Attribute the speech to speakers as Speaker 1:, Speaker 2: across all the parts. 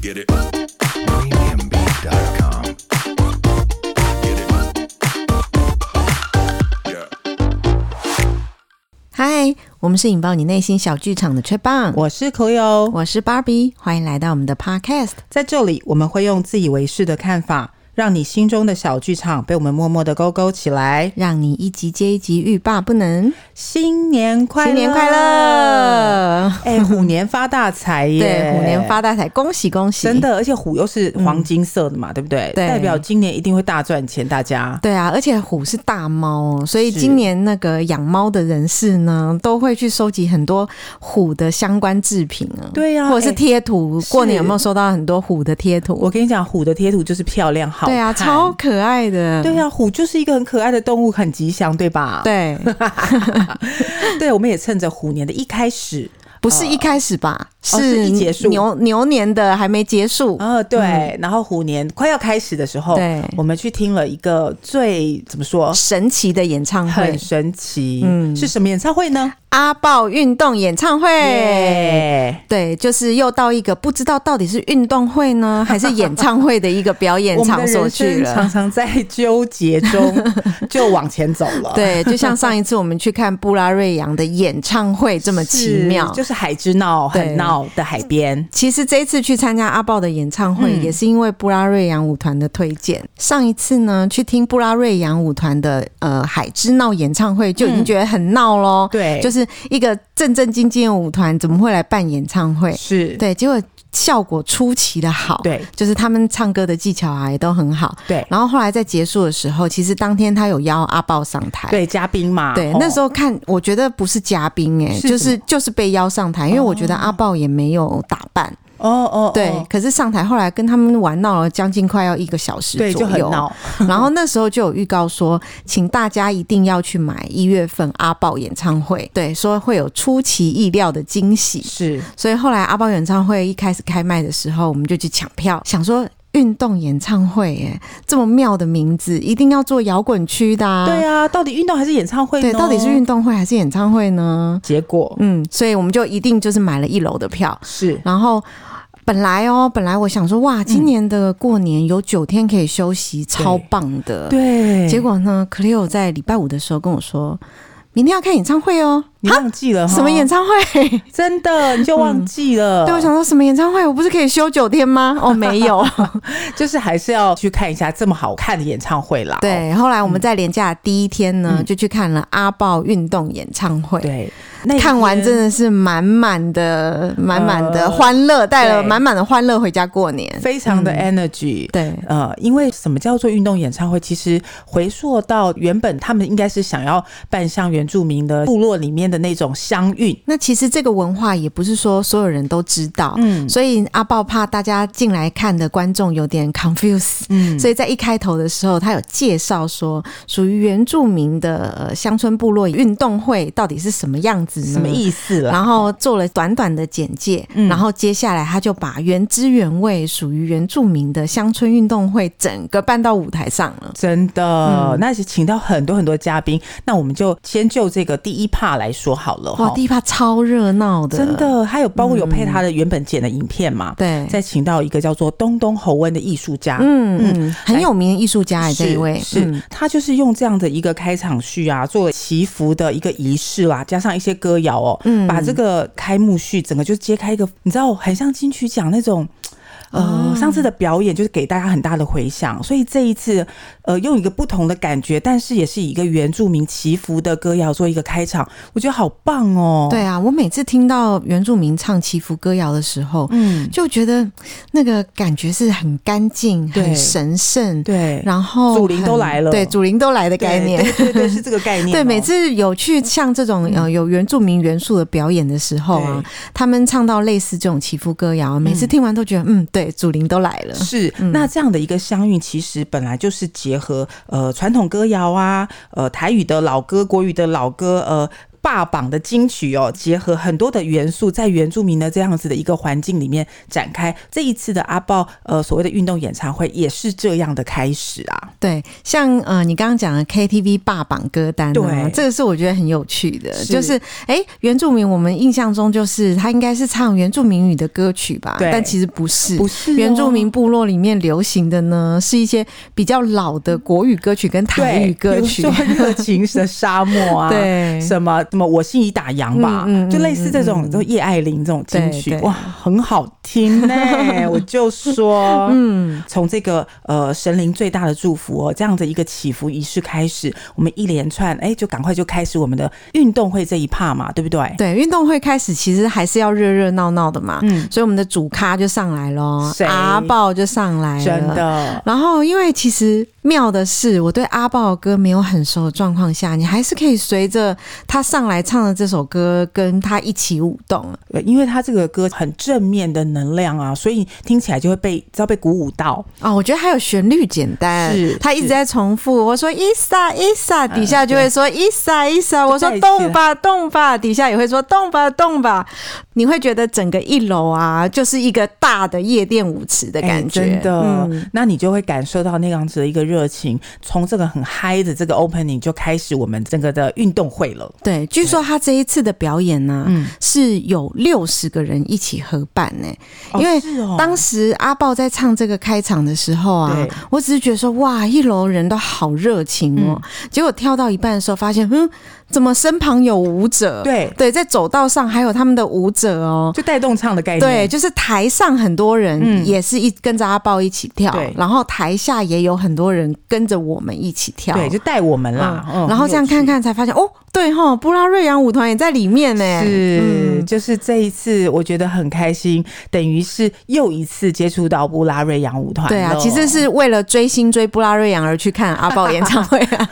Speaker 1: Get it. Premiumbeat.com. Get it. Yeah.
Speaker 2: 嗨，我们是引爆你内心小剧场的吹棒，
Speaker 3: 我是 Cleo，
Speaker 2: 我是 Barbie，欢迎来到我们的 Podcast。
Speaker 3: 在这里我们会用自以为是的看法，让你心中的小剧场被我们默默的勾勾起来。
Speaker 2: 让你一集接一集欲罢不能，
Speaker 3: 新年快乐！
Speaker 2: 新年快！乐！
Speaker 3: 哎、虎年发大财 耶！
Speaker 2: 对，虎年发大财，恭喜恭喜！
Speaker 3: 真，的，而且虎又是黄金色的嘛，对不对？
Speaker 2: 嗯对
Speaker 3: 代表今年一定会大赚钱，大家。
Speaker 2: 对啊，而且虎是大猫哦，所以
Speaker 3: 是
Speaker 2: 今年那个养猫的人士呢，都会去收集很多虎的相关制品啊，
Speaker 3: 对呀
Speaker 2: 或者是
Speaker 3: 哎
Speaker 2: 贴图。
Speaker 3: 是
Speaker 2: 过年有没有收到很多虎的贴
Speaker 3: 我
Speaker 2: 图？
Speaker 3: 跟你讲，虎的贴图就是漂亮好看，
Speaker 2: 对啊，超可爱的，
Speaker 3: 对啊，虎就是一个很可爱的动物，很吉祥，对吧？
Speaker 2: 对，
Speaker 3: 对，我们也趁着虎年的一开始，
Speaker 2: 不是一开始吧？
Speaker 3: 哦是一结束
Speaker 2: 牛牛年的还没结束，
Speaker 3: 啊、对，然后虎年快要开始的时候，
Speaker 2: 嗯对
Speaker 3: 我们去听了一个最怎么说，
Speaker 2: 神奇的演唱
Speaker 3: 很
Speaker 2: 会，
Speaker 3: 神奇，
Speaker 2: 嗯哎
Speaker 3: 是什么演唱会呢？
Speaker 2: 阿豹运动演唱会。
Speaker 3: 耶
Speaker 2: 对，就是又到一个不知道到底是运动会 呢，还是演唱会的一个表演
Speaker 3: 我们
Speaker 2: 场
Speaker 3: 的
Speaker 2: 所
Speaker 3: 人
Speaker 2: 去
Speaker 3: 生常
Speaker 2: 了。
Speaker 3: 常在纠结 中就往前走了，
Speaker 2: 对，就像上一次我们去看布拉瑞扬的演唱会这么奇
Speaker 3: 是
Speaker 2: 妙，
Speaker 3: 就是海之闹
Speaker 2: 对
Speaker 3: 很闹的海边，
Speaker 2: 其实这一次去参加阿豹的演唱会，
Speaker 3: 嗯
Speaker 2: 也是因为布拉瑞扬舞团的推荐。上一次呢，去听布拉瑞扬舞团的呃海之闹演唱会，就已经觉得很闹咯。
Speaker 3: 对，
Speaker 2: 就是是一个正正经经的舞团，怎么会来办演唱会？
Speaker 3: 是，
Speaker 2: 对，结果效果出奇的好。。
Speaker 3: 对
Speaker 2: 就是他们唱歌的技巧啊，也都很好。
Speaker 3: 对
Speaker 2: 然后后来在结束的时候，其实当天他有邀阿豹上台，
Speaker 3: 对，嘉宾嘛，
Speaker 2: 对，
Speaker 3: 哦
Speaker 2: 那时候看，我觉得不是嘉宾哎、
Speaker 3: 是
Speaker 2: 就
Speaker 3: 什
Speaker 2: 是就是被邀上台，因为我觉得阿豹也没有打扮，
Speaker 3: 哦哦，
Speaker 2: 对。
Speaker 3: 哦
Speaker 2: 可是上台后来跟他们玩闹了将近快要一个小时
Speaker 3: 对，就
Speaker 2: 左
Speaker 3: 很
Speaker 2: 右，
Speaker 3: 闹，
Speaker 2: 然后那时候就有预告说，请大家一定要去买一月份阿豹演唱会，对，说会有出其意料的惊喜。
Speaker 3: 是
Speaker 2: 所以后来阿豹演唱会一开始开卖的时候，我们就去抢票，想说。运动演唱会，耶，这么妙的名字，一定要做摇滚区的、啊。
Speaker 3: 对啊，到底运动还是演唱会呢？
Speaker 2: 对，到底是运动会还是演唱会呢？
Speaker 3: 结果
Speaker 2: 嗯，所以我们就一定就是买了一楼的票，
Speaker 3: 是
Speaker 2: 然后。本来哦，本来我想说，哇，今年的过年有九天可以休息，超棒的。，
Speaker 3: 对，
Speaker 2: 嗯结果呢，Cleo 在礼拜五的时候跟我说，明天要看演唱会哦。
Speaker 3: 你忘记了哈
Speaker 2: 什么演？唱会？
Speaker 3: 真的你就忘记了？
Speaker 2: 对，我想说什么演唱会？我不是可以休九天吗？ 哦，没有。
Speaker 3: 就是还是要去看一下这么好看的演唱会啦。
Speaker 2: 对，后来我们在连假的第一天呢，
Speaker 3: 嗯
Speaker 2: 就去看了阿豹运动演唱会。
Speaker 3: 对，那一天
Speaker 2: 看完真的是满满的、满满的
Speaker 3: 呃
Speaker 2: 欢乐，带了
Speaker 3: 对
Speaker 2: 满满的欢乐回家过年。
Speaker 3: 非常的
Speaker 2: 嗯
Speaker 3: energy。
Speaker 2: 对
Speaker 3: 呃，因为什么叫做运动演唱会？其实回溯到原本他们应该是想要办像原住民的部落里面的那种乡运，
Speaker 2: 那其实这个文化也不是说所有人都知道，
Speaker 3: 嗯
Speaker 2: 所以阿豹怕大家进来看的观众有点 confuse，、
Speaker 3: 嗯，
Speaker 2: 所以在一开头的时候，他有介绍说属于原住民的呃乡村部落运动会到底是什么样子呢？
Speaker 3: 什么意思啊啦？
Speaker 2: 然后做了短短的简介，
Speaker 3: 嗯
Speaker 2: 然后接下来他就把原汁原味属于原住民的乡村运动会整个搬到舞台上了。
Speaker 3: 真的，
Speaker 2: 嗯
Speaker 3: 那是请到很多很多嘉宾，那我们就先就这个第一 part 来说好了
Speaker 2: 哇，
Speaker 3: 哈。
Speaker 2: 第一趴嗯超热闹的，
Speaker 3: 真，的，还有包括有配他的原本剪的影片嘛，
Speaker 2: 对，
Speaker 3: 再请到一个叫做东东侯温的艺术家，
Speaker 2: 嗯嗯，很
Speaker 3: 来
Speaker 2: 有名的艺术家哎，这一位
Speaker 3: 是、
Speaker 2: 嗯
Speaker 3: 是他就是用这样的一个开场序啊，做了祈福的一个仪式啦、加上一些歌谣哦，
Speaker 2: 嗯
Speaker 3: 把这个开幕序整个就揭开一个，你知道，很像金曲奖那种。
Speaker 2: 啊
Speaker 3: 呃，上次的表演就是给大家很大的回响，所以这一次，呃，用一个不同的感觉，但是也是以一个原住民祈福的歌谣做一个开场，我觉得好棒哦。
Speaker 2: 对，啊，我每次听到原住民唱祈福歌谣的时候，
Speaker 3: 嗯，
Speaker 2: 就觉得那个感觉是很干净、
Speaker 3: 对
Speaker 2: 很神圣，
Speaker 3: 对，
Speaker 2: 然后
Speaker 3: 祖灵
Speaker 2: 很
Speaker 3: 都来了
Speaker 2: 对，祖灵都来的概念。
Speaker 3: 对对对对，嗯是这个概念哦、
Speaker 2: 对，每次有去像这种呃有原住民元素的表演的时候啊，他们唱到类似这种祈福歌谣，每次听完都觉得嗯，对，祖灵都来了。
Speaker 3: 是，那这样的一个相韵，其实本来就是结合呃传统歌谣啊，呃台语的老歌、国语的老歌，呃霸榜的金曲哦，结合很多的元素，在原住民的这样子的一个环境里面展开。这一次的阿豹呃所谓的运动演唱会也是这样的开始啊。
Speaker 2: 对，像呃，你刚刚讲的 KTV 霸榜歌单、啊，
Speaker 3: 对
Speaker 2: 这个是我觉得很有趣的，
Speaker 3: 是
Speaker 2: 就是哎、诶原住民我们印象中就是他应该是唱原住民语的歌曲吧，
Speaker 3: 对
Speaker 2: 但其实不是，
Speaker 3: 不是哦
Speaker 2: 原住民部落里面流行的呢，是一些比较老的国语歌曲跟台语歌曲
Speaker 3: 对，比如说热情的沙漠 啊，
Speaker 2: 对
Speaker 3: 什么什么我心已打烊吧，
Speaker 2: 嗯嗯
Speaker 3: 就类似这种，
Speaker 2: 嗯嗯
Speaker 3: 就叶爱玲这种金曲，
Speaker 2: 对对
Speaker 3: 哇，很好听呢、 我就说，嗯，从这个呃神灵最大的祝福哦，这样的一个祈福仪式开始，我们一连串，哎、就赶快就开始我们的运动会这一趴嘛，对不对？
Speaker 2: 对，运动会开始其实还是要热热闹闹的嘛，
Speaker 3: 嗯，
Speaker 2: 所以我们的主咖就上来咯，
Speaker 3: 谁
Speaker 2: 阿豹就上来了，
Speaker 3: 真的，
Speaker 2: 然后，因为其实妙的是，我对阿豹的歌没有很熟的状况下，你还是可以随着他上来唱的这首歌，跟他一起舞动。
Speaker 3: 对呃因为他这个歌很正面的能量啊，所以听起来就会被只要被鼓舞到，
Speaker 2: 哦，我觉得还有旋律简单，
Speaker 3: 是
Speaker 2: 他一直
Speaker 3: 是
Speaker 2: 在重复。我说伊莎伊莎，底下就会说伊莎伊莎。我说
Speaker 3: 在一起
Speaker 2: 动吧动吧，底下也会说动吧动吧。你会觉得整个一楼啊，就是一个大的夜店舞池的
Speaker 3: 哎
Speaker 2: 感觉，
Speaker 3: 真的、
Speaker 2: 嗯
Speaker 3: 那你就会感受到那样子的一个热情。从这个很嗨的这个 opening 就开始我们整个的运动会了。
Speaker 2: 对，据说他这一次的表演呢、是有六十个人一起合办呢、
Speaker 3: 哦
Speaker 2: 因为
Speaker 3: 是哦
Speaker 2: 当时阿豹在唱这个开场的时候啊
Speaker 3: 对，
Speaker 2: 我只是觉得说哇，一楼人都好热情哦、
Speaker 3: 嗯
Speaker 2: 结果跳到一半的时候，发现嗯，怎么身旁有舞者？
Speaker 3: 对
Speaker 2: 对，在走道上还有他们的舞者哦。
Speaker 3: 就带动唱的概念，
Speaker 2: 对，就是台上很多人
Speaker 3: 嗯
Speaker 2: 也是一跟着阿豹一起跳，
Speaker 3: 对
Speaker 2: 然后台下也有很多人跟着我们一起跳，
Speaker 3: 对，就带我们啦。
Speaker 2: 嗯
Speaker 3: 嗯
Speaker 2: 然后这样看。看才发现，哦，对哈，布拉瑞扬舞团也在里面呢。
Speaker 3: 很有趣是，
Speaker 2: 嗯
Speaker 3: 就是这一次，我觉得很开心，等于是又一次接触到布拉瑞扬舞团了。
Speaker 2: 对啊，其实是为了追星追布拉瑞扬而去看阿豹演唱会 啊。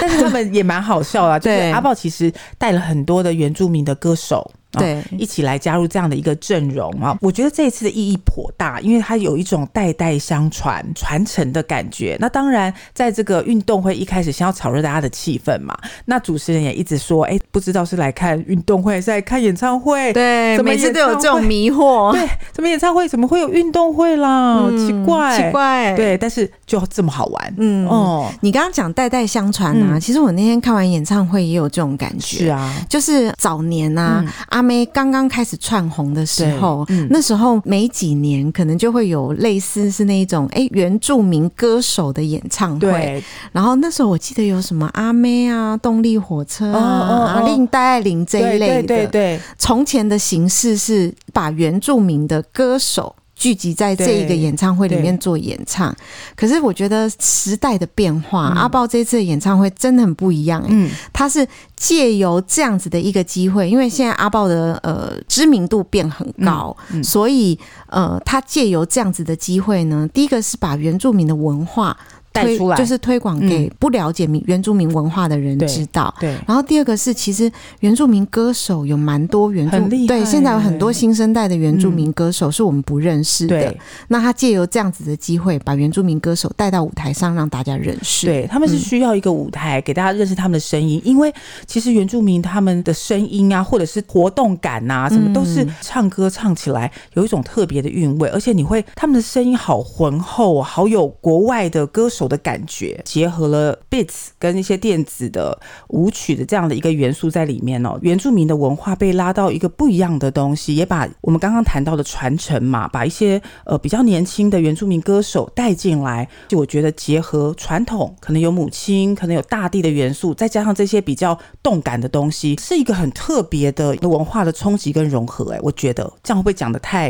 Speaker 3: 但是他们也蛮好笑啦，就是
Speaker 2: 对
Speaker 3: 阿豹其实带了很多的原住民的歌手。啊
Speaker 2: 对
Speaker 3: 一起来加入这样的一个阵容啊！我觉得这一次的意义颇大，因为它有一种代代相传、传承的感觉。那当然，在这个运动会一开始，先要炒热大家的气氛嘛。那主持人也一直说，哎、不知道是来看运动会，还是来看演唱 会？
Speaker 2: 对，
Speaker 3: 怎么
Speaker 2: 每次都有
Speaker 3: 演唱
Speaker 2: 这种
Speaker 3: 会
Speaker 2: 迷惑，
Speaker 3: 对，怎么演唱会怎么会有运动会啦？
Speaker 2: 嗯
Speaker 3: 奇怪，
Speaker 2: 奇，怪，，
Speaker 3: 对，但是就这么好玩，
Speaker 2: 嗯。
Speaker 3: 哦，
Speaker 2: 你刚刚讲代代相传啊，
Speaker 3: 嗯
Speaker 2: 其实我那天看完演唱会也有这种感觉，
Speaker 3: 是啊，嗯
Speaker 2: 就是早年啊，阿妹刚刚开始窜红的时候，
Speaker 3: 对嗯
Speaker 2: 那时候每几年可能就会有类似是那一种哎、诶原住民歌手的演唱会，
Speaker 3: 对，
Speaker 2: 然后那时候我记得有什么阿妹啊、动力火车啊、
Speaker 3: 哦哦哦
Speaker 2: 阿令戴爱玲这一类的。
Speaker 3: 对对对对
Speaker 2: 从前的形式是把原住民的歌手。聚集在这一个演唱会里面做演唱，可是我觉得时代的变化，阿豹这次的演唱会真的很不一样、欸。
Speaker 3: 嗯，
Speaker 2: 他是借由这样子的一个机会，因为现在阿豹的呃知名度变很高，
Speaker 3: 嗯嗯
Speaker 2: 所以呃，他借由这样子的机会呢，第一个是把原住民的文化
Speaker 3: 带
Speaker 2: 推
Speaker 3: 出来嗯
Speaker 2: 就是推广给不了解民原住民文化的人
Speaker 3: 对
Speaker 2: 知道。
Speaker 3: 对，
Speaker 2: 然后第二个是，其实原住民歌手有蛮多原住
Speaker 3: 很厉害
Speaker 2: 对，现在有很多新生代的原住民歌手是我们不认识的。
Speaker 3: 对
Speaker 2: 那他借由这样子的机会，把原住民歌手带到舞台上，让大家认识。
Speaker 3: 对，他们是需要一个舞台、给大家认识他们的声音，因为其实原住民他们的声音啊，或者是活动感呐、啊，什么都是唱歌唱起来有一种特别的韵味，而且你会他们的声音好浑厚，好有国外的歌手的感觉，结合了 beats 跟一些电子的舞曲的这样的一个元素在里面哦。原住民的文化被拉到一个不一样的东西，也把我们刚刚谈到的传承嘛，把一些呃比较年轻的原住民歌手带进来。就我觉得结合传统，可能有母亲，可能有大地的元素，再加上这些比较动感的东西，是一个很特别的文化的冲击跟融合、哎，我觉得这样会不会讲的太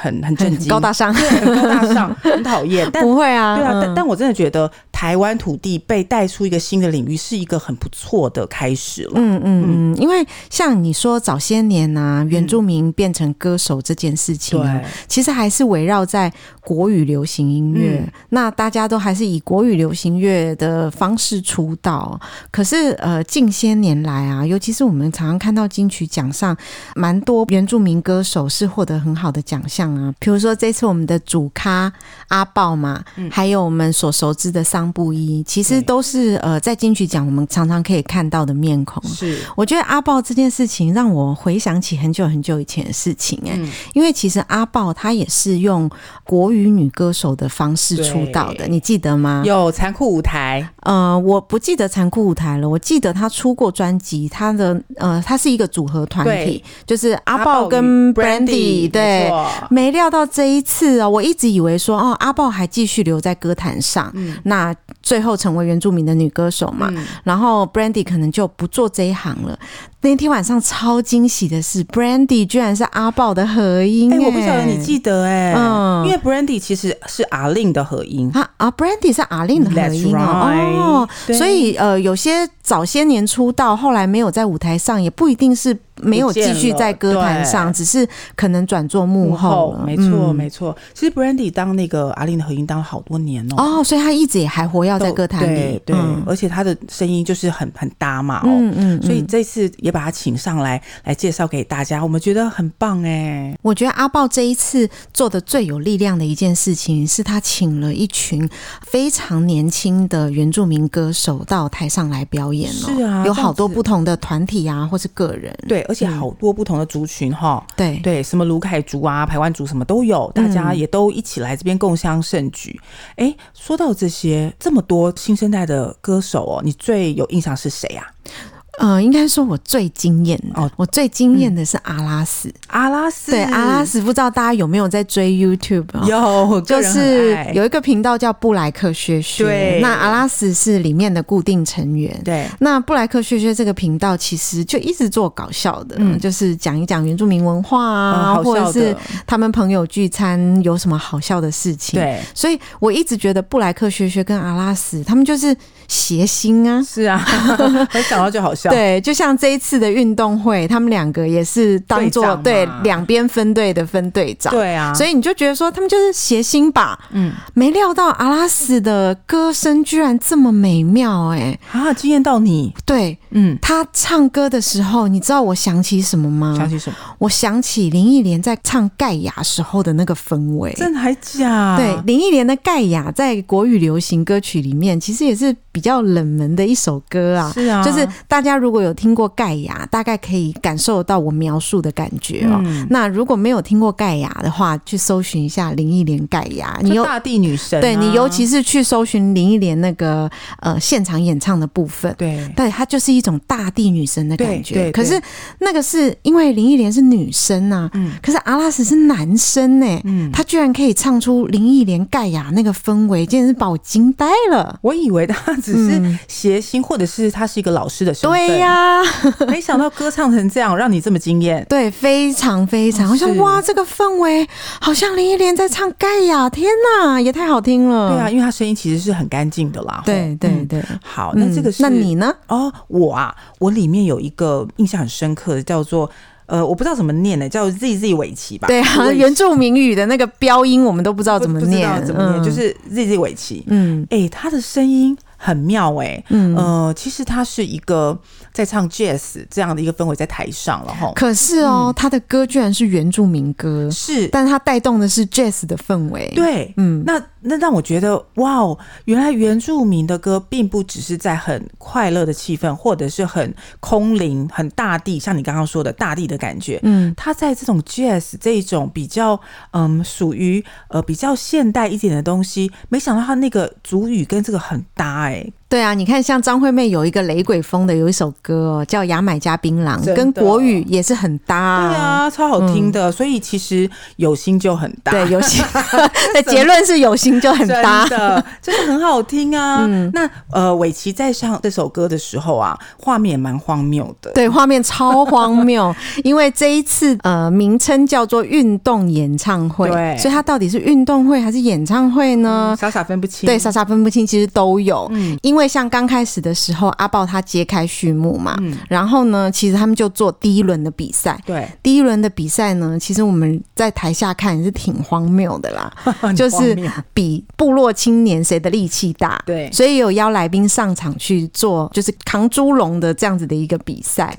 Speaker 3: 很很震
Speaker 2: 很
Speaker 3: 惊？
Speaker 2: 高大上。
Speaker 3: 对，很高大上，很 讨厌，但
Speaker 2: 不会啊，
Speaker 3: 对啊，但
Speaker 2: 嗯
Speaker 3: 但我真的觉得台湾土地被带出一个新的领域，是一个很不错的开始了。
Speaker 2: 嗯嗯嗯，因为像你说早些年
Speaker 3: 嗯
Speaker 2: 呐、原住民变成歌手这件事情、啊，其实还是围绕在国语流行音乐，
Speaker 3: 嗯
Speaker 2: 那大家都还是以国语流行乐的方式出道。可是呃，近些年来啊，尤其是我们常常看到金曲奖上，蛮多原住民歌手是获得很好的奖项啊，比如说这次我们的主咖阿豹嘛，还有我们所熟知的桑不一，其实
Speaker 3: 嗯对
Speaker 2: 都是呃在金曲奖我们常常可以看到的面孔。
Speaker 3: 是，
Speaker 2: 我觉得阿豹这件事情让我回想起很久很久以前的事情、哎、
Speaker 3: 嗯
Speaker 2: 因为其实阿豹她也是用国语女歌手的方式出道的，
Speaker 3: 对
Speaker 2: 你记得吗？
Speaker 3: 有残酷舞台，
Speaker 2: 呃，我不记得残酷舞台了，我记得她出过专辑，她的呃，她是一个组合团体
Speaker 3: 对，
Speaker 2: 就是阿豹跟
Speaker 3: 与
Speaker 2: Brandy，对
Speaker 3: 没，错
Speaker 2: 没料到这一次哦，我一直以为说哦，阿豹还继续留在歌坛上，
Speaker 3: 嗯
Speaker 2: 那最后成为原住民的女歌手嘛。然后 Brandy 可能就不做这一行了。那天晚上超惊喜的是，Brandy 居然是阿豹的合音、
Speaker 3: 哎、我不晓得你。记得哎、
Speaker 2: 嗯
Speaker 3: 因为 Brandy 其实是阿令的合音，
Speaker 2: 啊啊，Brandy 是阿令的合音
Speaker 3: That's
Speaker 2: 哦，哦
Speaker 3: right，，对
Speaker 2: 所以呃，有些早些年出道，后来没有在舞台上，也不一定是没有继续在歌坛上，
Speaker 3: 不
Speaker 2: 只是可能转做幕后了。
Speaker 3: 没错、
Speaker 2: 嗯
Speaker 3: 没错。其实 Brandy 当那个阿令的合音当了好多年哦、
Speaker 2: 哦，所以他一直也还活跃
Speaker 3: 都
Speaker 2: 在歌坛里，
Speaker 3: 对对、
Speaker 2: 嗯
Speaker 3: 而且他的声音就是很很搭嘛哦、
Speaker 2: 嗯嗯，
Speaker 3: 所以
Speaker 2: 嗯
Speaker 3: 这次也把他请上来来介绍给大家，我们觉得很棒哎、
Speaker 2: 我觉得阿豹这一次做的最有力量的一件事情，是他请了一群非常年轻的原住民歌手到台上来表演哦，
Speaker 3: 是啊
Speaker 2: 有好多
Speaker 3: 这样子
Speaker 2: 不同的团体啊，或是个人，
Speaker 3: 对，而且
Speaker 2: 嗯
Speaker 3: 好多不同的族群哈、
Speaker 2: 对嗯对
Speaker 3: 对，什么卢凯族啊、排湾族什么都有，大家也都一起来这边共襄盛举。哎、说到这些这么多新生代的歌手哦，你最有印象是谁啊？
Speaker 2: 呃，应该说我最惊艳的，
Speaker 3: 哦嗯
Speaker 2: 我最惊艳的是阿拉斯，
Speaker 3: 阿拉斯，
Speaker 2: 对阿拉斯，不知道大家有没有在追 YouTube 啊、
Speaker 3: 有，
Speaker 2: 就
Speaker 3: 个人很
Speaker 2: 是
Speaker 3: 爱
Speaker 2: 有一个频道叫布莱克薛薛，
Speaker 3: 对
Speaker 2: 那阿拉斯是里面的固定成员，
Speaker 3: 对
Speaker 2: 那布莱克薛薛这个频道其实就一直做搞笑的，
Speaker 3: 嗯
Speaker 2: 就是讲一讲原住民文化啊，
Speaker 3: 嗯好
Speaker 2: 或者
Speaker 3: 笑
Speaker 2: 是
Speaker 3: 的，
Speaker 2: 他们朋友聚餐有什么好笑的事情。，
Speaker 3: 对，
Speaker 2: 所以我一直觉得布莱克薛薛跟阿拉斯他们就是谐星啊。
Speaker 3: 是 啊，我想到就好笑，
Speaker 2: 对，就像这一次的运动会，他们两个也是当
Speaker 3: 队
Speaker 2: 做
Speaker 3: 长嘛
Speaker 2: 对两边分队的分队长。
Speaker 3: 对啊，
Speaker 2: 所
Speaker 3: 以
Speaker 2: 以你就觉得说他们就是谐星吧，
Speaker 3: 嗯
Speaker 2: 没料到阿拉斯的歌声居然这么美妙哎、
Speaker 3: 啊，惊艳到你，
Speaker 2: 对，
Speaker 3: 嗯，
Speaker 2: 他唱歌的时候，你知道我想起什么
Speaker 3: 想
Speaker 2: 吗？
Speaker 3: 起什么？
Speaker 2: 我想起林忆莲在唱《盖亚》时候的那个氛围。
Speaker 3: 真的啊还假？
Speaker 2: 对，林忆莲的《盖亚》在国语流行歌曲里面，其实也是比较冷门的一首歌啊。
Speaker 3: 是啊，
Speaker 2: 就是大家如果有听过《盖亚》，大概可以感受到我描述的感觉哦。
Speaker 3: 嗯
Speaker 2: 那如果没有听过《盖亚》的话，去搜寻一下林忆莲《盖亚》，你
Speaker 3: 就
Speaker 2: 有
Speaker 3: 大地女神啊，
Speaker 2: 对你尤其是去搜寻林忆莲那个呃现场演唱的部分，
Speaker 3: 对
Speaker 2: 对，她就是一种大地女神的感觉。
Speaker 3: 对对
Speaker 2: 可是那个是因为林忆莲是女生呐、
Speaker 3: 嗯
Speaker 2: 可是阿拉斯是男生呢、
Speaker 3: 嗯，
Speaker 2: 他居然可以唱出林忆莲盖亚那个氛围，简直是把我惊呆了。
Speaker 3: 我以为他只
Speaker 2: 嗯
Speaker 3: 是谐星，或者是他是一个老师的身份。
Speaker 2: 对、呀、
Speaker 3: 没想到歌唱成这样，让你这么惊艳。
Speaker 2: 对，非常非常，我想
Speaker 3: 哦是
Speaker 2: 哇，这个氛围好像林忆莲在唱盖亚，天哪，也太好听了。
Speaker 3: 对啊，，因为他声音其实是很干净的啦。
Speaker 2: 对
Speaker 3: 吼
Speaker 2: 对
Speaker 3: 嗯
Speaker 2: 对。
Speaker 3: 好，那这个
Speaker 2: 嗯
Speaker 3: 是、
Speaker 2: 那你呢？
Speaker 3: 哦，我啊，我里面有一个印象很深刻的，叫做呃，我不知道怎么念的，叫 Z Z 尾奇吧？
Speaker 2: 对啊，
Speaker 3: 我也
Speaker 2: 原住民语的那个标音我们都不知道
Speaker 3: 不
Speaker 2: 怎么
Speaker 3: 不知
Speaker 2: 念
Speaker 3: 道，怎么念，
Speaker 2: 嗯
Speaker 3: 就是 Z Z 尾奇。
Speaker 2: 嗯
Speaker 3: 哎、他的声音很妙哎、
Speaker 2: 嗯。
Speaker 3: 呃，其实他是一个在唱 jazz 这样的一个氛围在台上了哈。
Speaker 2: 可是哦，
Speaker 3: 嗯
Speaker 2: 他的歌居然是原住民歌，
Speaker 3: 是，
Speaker 2: 但他带动的是 jazz 的氛围。，
Speaker 3: 对，
Speaker 2: 嗯，
Speaker 3: 那那让我觉得，哇哦，原来原住民的歌并不只是在很快乐的气氛，或者是很空灵、很大地，像你刚刚说的大地的感觉。
Speaker 2: 嗯
Speaker 3: 它在这种 jazz 这一种比较，嗯，属于呃比较现代一点的东西，没想到它那个主语跟这个很搭哎、
Speaker 2: 对啊，你看像张惠妹有一个雷鬼风的，有一首歌哦，叫《牙买加槟榔》，
Speaker 3: 真的
Speaker 2: 跟国语也是很搭、
Speaker 3: 对。啊，超好听的。所以其实有心就很搭，
Speaker 2: 嗯 对，有心，对结论是有心就很搭嗯
Speaker 3: 真。的，真的很好听啊。那呃，韦奇在唱这首歌的时候啊，画面也蛮荒谬的。
Speaker 2: 对，画面超荒谬， 因为这一次呃，名称叫做运动演唱会，
Speaker 3: 对
Speaker 2: 所以它到底是运动会还是演唱会呢？
Speaker 3: 傻傻分不清。
Speaker 2: 对，傻傻分不清，其实都有。因为像刚开始的时候，阿豹他揭开序幕嘛，然后呢，其实他们就做第一轮的比赛。
Speaker 3: 对，
Speaker 2: 第一轮的比赛呢，其实我们在台下看也是挺荒谬的啦，
Speaker 3: 很
Speaker 2: 就
Speaker 3: 荒
Speaker 2: 是
Speaker 3: 谬
Speaker 2: 比部落青年谁的力气大。
Speaker 3: 对
Speaker 2: 所以有邀来宾上场去做，就是扛猪笼的这样子的一个比赛。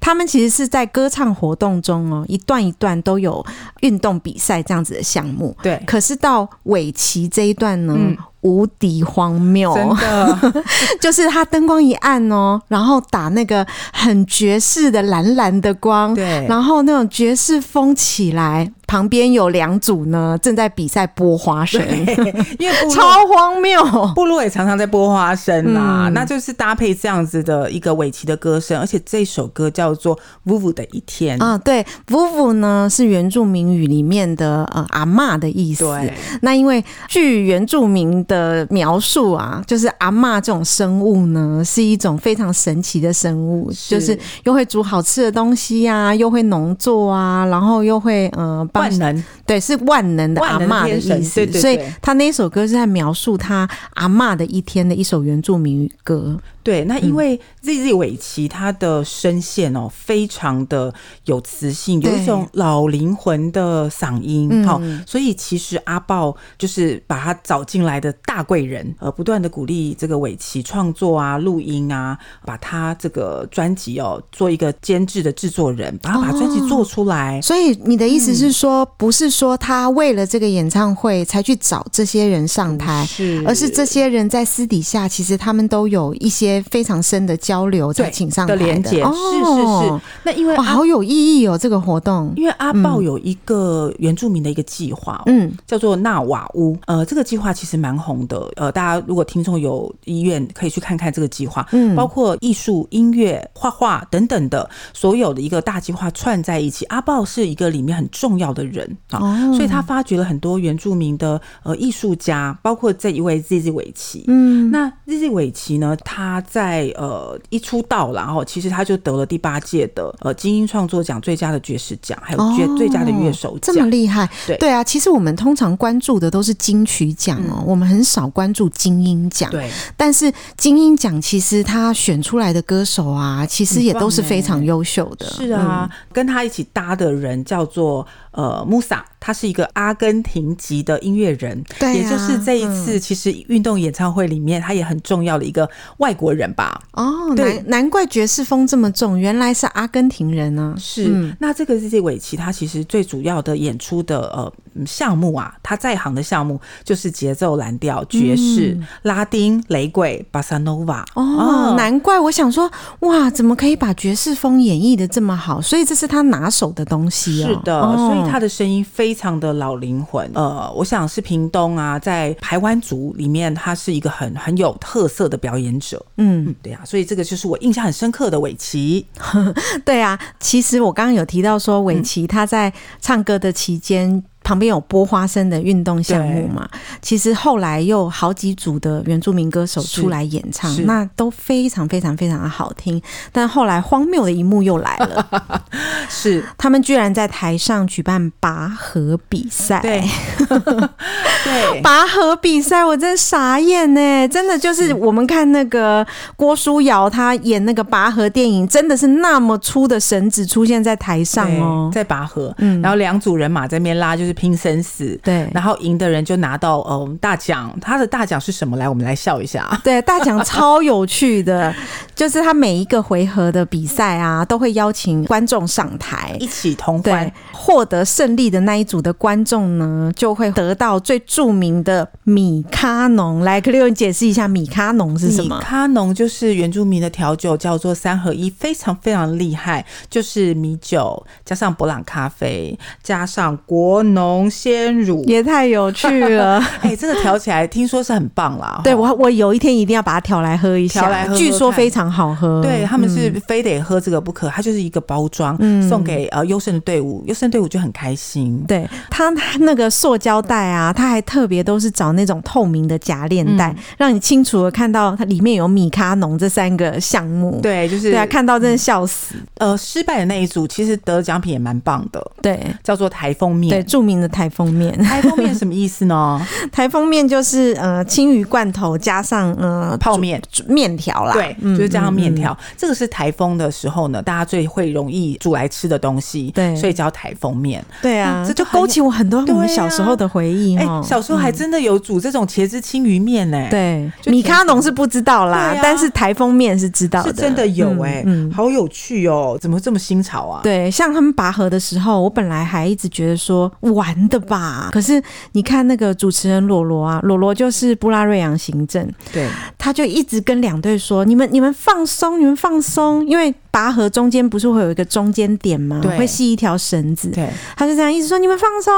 Speaker 2: 他们其实是在歌唱活动中哦，一段一段都有运动比赛这样子的项目。
Speaker 3: 对
Speaker 2: 可是到尾期这一段呢，
Speaker 3: 嗯
Speaker 2: 无敌荒谬，哦
Speaker 3: 真的，
Speaker 2: 就是它灯光一暗哦，然后打那个很爵士的蓝蓝的光，
Speaker 3: 对
Speaker 2: 然后那种爵士风起来，旁边有两组呢正在比赛剥花生，
Speaker 3: 因为部落
Speaker 2: 超嗯荒 谬。
Speaker 3: 部落也常常在播花生啦、那就是搭配这样子的一个尾崎的歌声，而且这首歌叫做《v u 的一天》
Speaker 2: 啊、对，vuvu 呢是原住民语里面的呃阿嬷的意思。
Speaker 3: 对，
Speaker 2: 那因为据原住民的描述啊，就是阿嬷这种生物呢，是一种非常神奇的生物，
Speaker 3: 是
Speaker 2: 就是又会煮好吃的东西呀、又会农作啊，然后又会呃帮
Speaker 3: 万能
Speaker 2: 对，是万能的阿
Speaker 3: 万能
Speaker 2: 嬷的
Speaker 3: 天神
Speaker 2: 意思。
Speaker 3: 对对对
Speaker 2: 所以他那首歌是在描述他阿嬷的一天的一首原住民语歌。
Speaker 3: 对，那因为 Z Z 尾崎他的声线哦，非常的有磁性，有
Speaker 2: 对
Speaker 3: 一种老灵魂的嗓音，好、所以其实阿豹就是把他找进来的大贵人，呃，不断的鼓励这个尾崎创作啊、录音啊，把他这个专辑哦做一个监制的制作人，把他把专辑做出来。
Speaker 2: 所以你的意思是说，不是说他为了这个演唱会才去找这些人上台，
Speaker 3: 是
Speaker 2: 而是这些人在私底下，其实他们都有一些非常深的交流，才
Speaker 3: 对
Speaker 2: 请上台
Speaker 3: 的连接，是是
Speaker 2: 哦
Speaker 3: 是。那因为
Speaker 2: 哇，
Speaker 3: 阿
Speaker 2: 好有意义哦，这个活动。
Speaker 3: 因为阿豹有一个原住民的一个计划，哦
Speaker 2: 嗯，
Speaker 3: 叫做纳瓦屋。呃，这个计划其实蛮红的。呃，大家如果听众有意愿，可以去看看这个计划，嗯，包括艺术、音乐、画画等等的所有的一个大计划串在一起。阿豹是一个里面很重要的人啊，所以他发掘了很多原住民的呃艺术家，包括这一位 Z Z 维奇，嗯，那 Z Z 维奇呢，他在呃一出道啦，然后其实他就得了第八届的呃精英创作奖最佳的爵士奖，还有最最佳的乐手
Speaker 2: 哦这么
Speaker 3: 奖。
Speaker 2: 厉害，
Speaker 3: 对
Speaker 2: 啊，其实我们通常关注的都是金曲奖哦，我们很少关注金鹰奖。
Speaker 3: 嗯对，
Speaker 2: 但是金鹰奖其实他选出来的歌手啊，其实也都是非常优秀的。
Speaker 3: 欸
Speaker 2: 嗯
Speaker 3: 是啊，跟他一起搭的人叫做呃 Musa，他是一个阿根廷籍的音乐人，
Speaker 2: 对啊嗯
Speaker 3: 也就是这一次其实运动演唱会里面他也很重要的一个外国人吧。
Speaker 2: 哦，
Speaker 3: 对
Speaker 2: 难难怪爵士风这么重，原来是阿根廷人啊呢、
Speaker 3: 是，
Speaker 2: 嗯
Speaker 3: 那这个 ZZ 尾崎他其实最主要的演出的呃嗯项目啊，他在行的项目就是节奏蓝调、爵士、拉丁、雷鬼、巴萨诺瓦。
Speaker 2: 嗯哦，
Speaker 3: 嗯
Speaker 2: 难怪我想说，哇，怎么可以把爵士风演绎的这么好？所以这是他拿手的东西哦。
Speaker 3: 是的，
Speaker 2: 哦
Speaker 3: 所以他的声音非常的老灵魂。呃，我想是屏东啊，在台湾族里面，他是一个很很有特色的表演者。
Speaker 2: 嗯，
Speaker 3: 嗯，对啊，所以这个就是我印象很深刻的尾崎。
Speaker 2: 对啊，其实我刚刚有提到说，韦奇他在唱歌的期间。旁边有播花生的运动项目嘛？其实后来又好几组的原住民歌手出来演唱
Speaker 3: 是，是
Speaker 2: 那都非常非常非常的好听。但后来荒谬的一幕又来 了，
Speaker 3: 是
Speaker 2: 他们居然在台上举办拔河比赛。
Speaker 3: 对，对，
Speaker 2: 拔河比赛，我真傻眼呢！真的就是我们看那个郭书瑶，她演那个拔河电影，真的是那么粗的绳子出现在台上
Speaker 3: 对
Speaker 2: 哦。
Speaker 3: 在拔河，然后两组人马在那边拉，就是拼生死。
Speaker 2: 对
Speaker 3: 然后赢的人就拿到嗯、呃大奖，他的大奖是什么？来，我们来笑 一下。
Speaker 2: 对，大奖超有趣 的，就是他每一个回合的比赛啊，都会邀请观众上台
Speaker 3: 一。起同
Speaker 2: 对
Speaker 3: 欢，，
Speaker 2: 获得胜利的那一组的观众呢，就会得到最著名的米咖农。来，克利文解释一下米咖农是什
Speaker 3: 米
Speaker 2: 么？
Speaker 3: 卡农就是原住民的调酒，叫做三合一，非常非常厉害。就是米酒加上博朗咖啡，加上国农鲜乳，
Speaker 2: 也太有趣了。
Speaker 3: 哎、这个调起来听说是很棒 啦。
Speaker 2: 对
Speaker 3: 吼
Speaker 2: 我，我有一天一定要把它调来喝一下，
Speaker 3: 调来喝喝
Speaker 2: 据说
Speaker 3: 看
Speaker 2: 非常好喝。嗯
Speaker 3: 对他们是非得喝这个不可，它就是一个包装，送给呃优胜的队伍，优胜队伍就很开心。
Speaker 2: 对它它那个塑胶袋啊，它还特别都是找那种透明的夹链
Speaker 3: 嗯
Speaker 2: 袋，让你清楚的看到它里面有米咖农这三个项目。
Speaker 3: 对，就是
Speaker 2: 对啊，看到真的笑死。
Speaker 3: 呃失败的那一组，其实得奖品也蛮棒的，
Speaker 2: 对
Speaker 3: 叫做台风
Speaker 2: 对，
Speaker 3: 面。
Speaker 2: 著名的台风面，
Speaker 3: 台风面什么意思呢？
Speaker 2: 台风面就是呃青鱼罐头加上呃
Speaker 3: 泡面。
Speaker 2: 煮面条啦。
Speaker 3: 对，
Speaker 2: 嗯
Speaker 3: 就是加上面。
Speaker 2: 嗯
Speaker 3: 条
Speaker 2: 嗯。
Speaker 3: 这个是台风的时候呢，大家最会容易煮来吃的东西，
Speaker 2: 对
Speaker 3: 所以叫台风面。
Speaker 2: 对啊，
Speaker 3: 嗯
Speaker 2: 这就
Speaker 3: 这就很
Speaker 2: 勾起我很多我
Speaker 3: 对
Speaker 2: 们
Speaker 3: 啊
Speaker 2: 小时候的回忆
Speaker 3: 哎、
Speaker 2: 哦。
Speaker 3: 小小时候还真的有煮这种茄子青鱼面呢、，
Speaker 2: 对，
Speaker 3: 哎就嗯
Speaker 2: 米咖农是不知道啦，
Speaker 3: 对啊
Speaker 2: 但是台风面是知道
Speaker 3: 是
Speaker 2: 的，
Speaker 3: 真的有哎、
Speaker 2: 嗯嗯
Speaker 3: 好有趣哦，怎么这么新潮啊？
Speaker 2: 对，像他们拔河的时候，我本来还一直觉得说玩的吧，可是你看那个主持人罗罗啊，罗罗就是布拉瑞扬行政，
Speaker 3: 对
Speaker 2: 他就一直跟两队说：“你们你们放松，你们放松，因为拔河中间不是会有一个中间点吗？
Speaker 3: 对
Speaker 2: 会系一条绳子。
Speaker 3: 对”
Speaker 2: 他就这样一直说：“你们放松，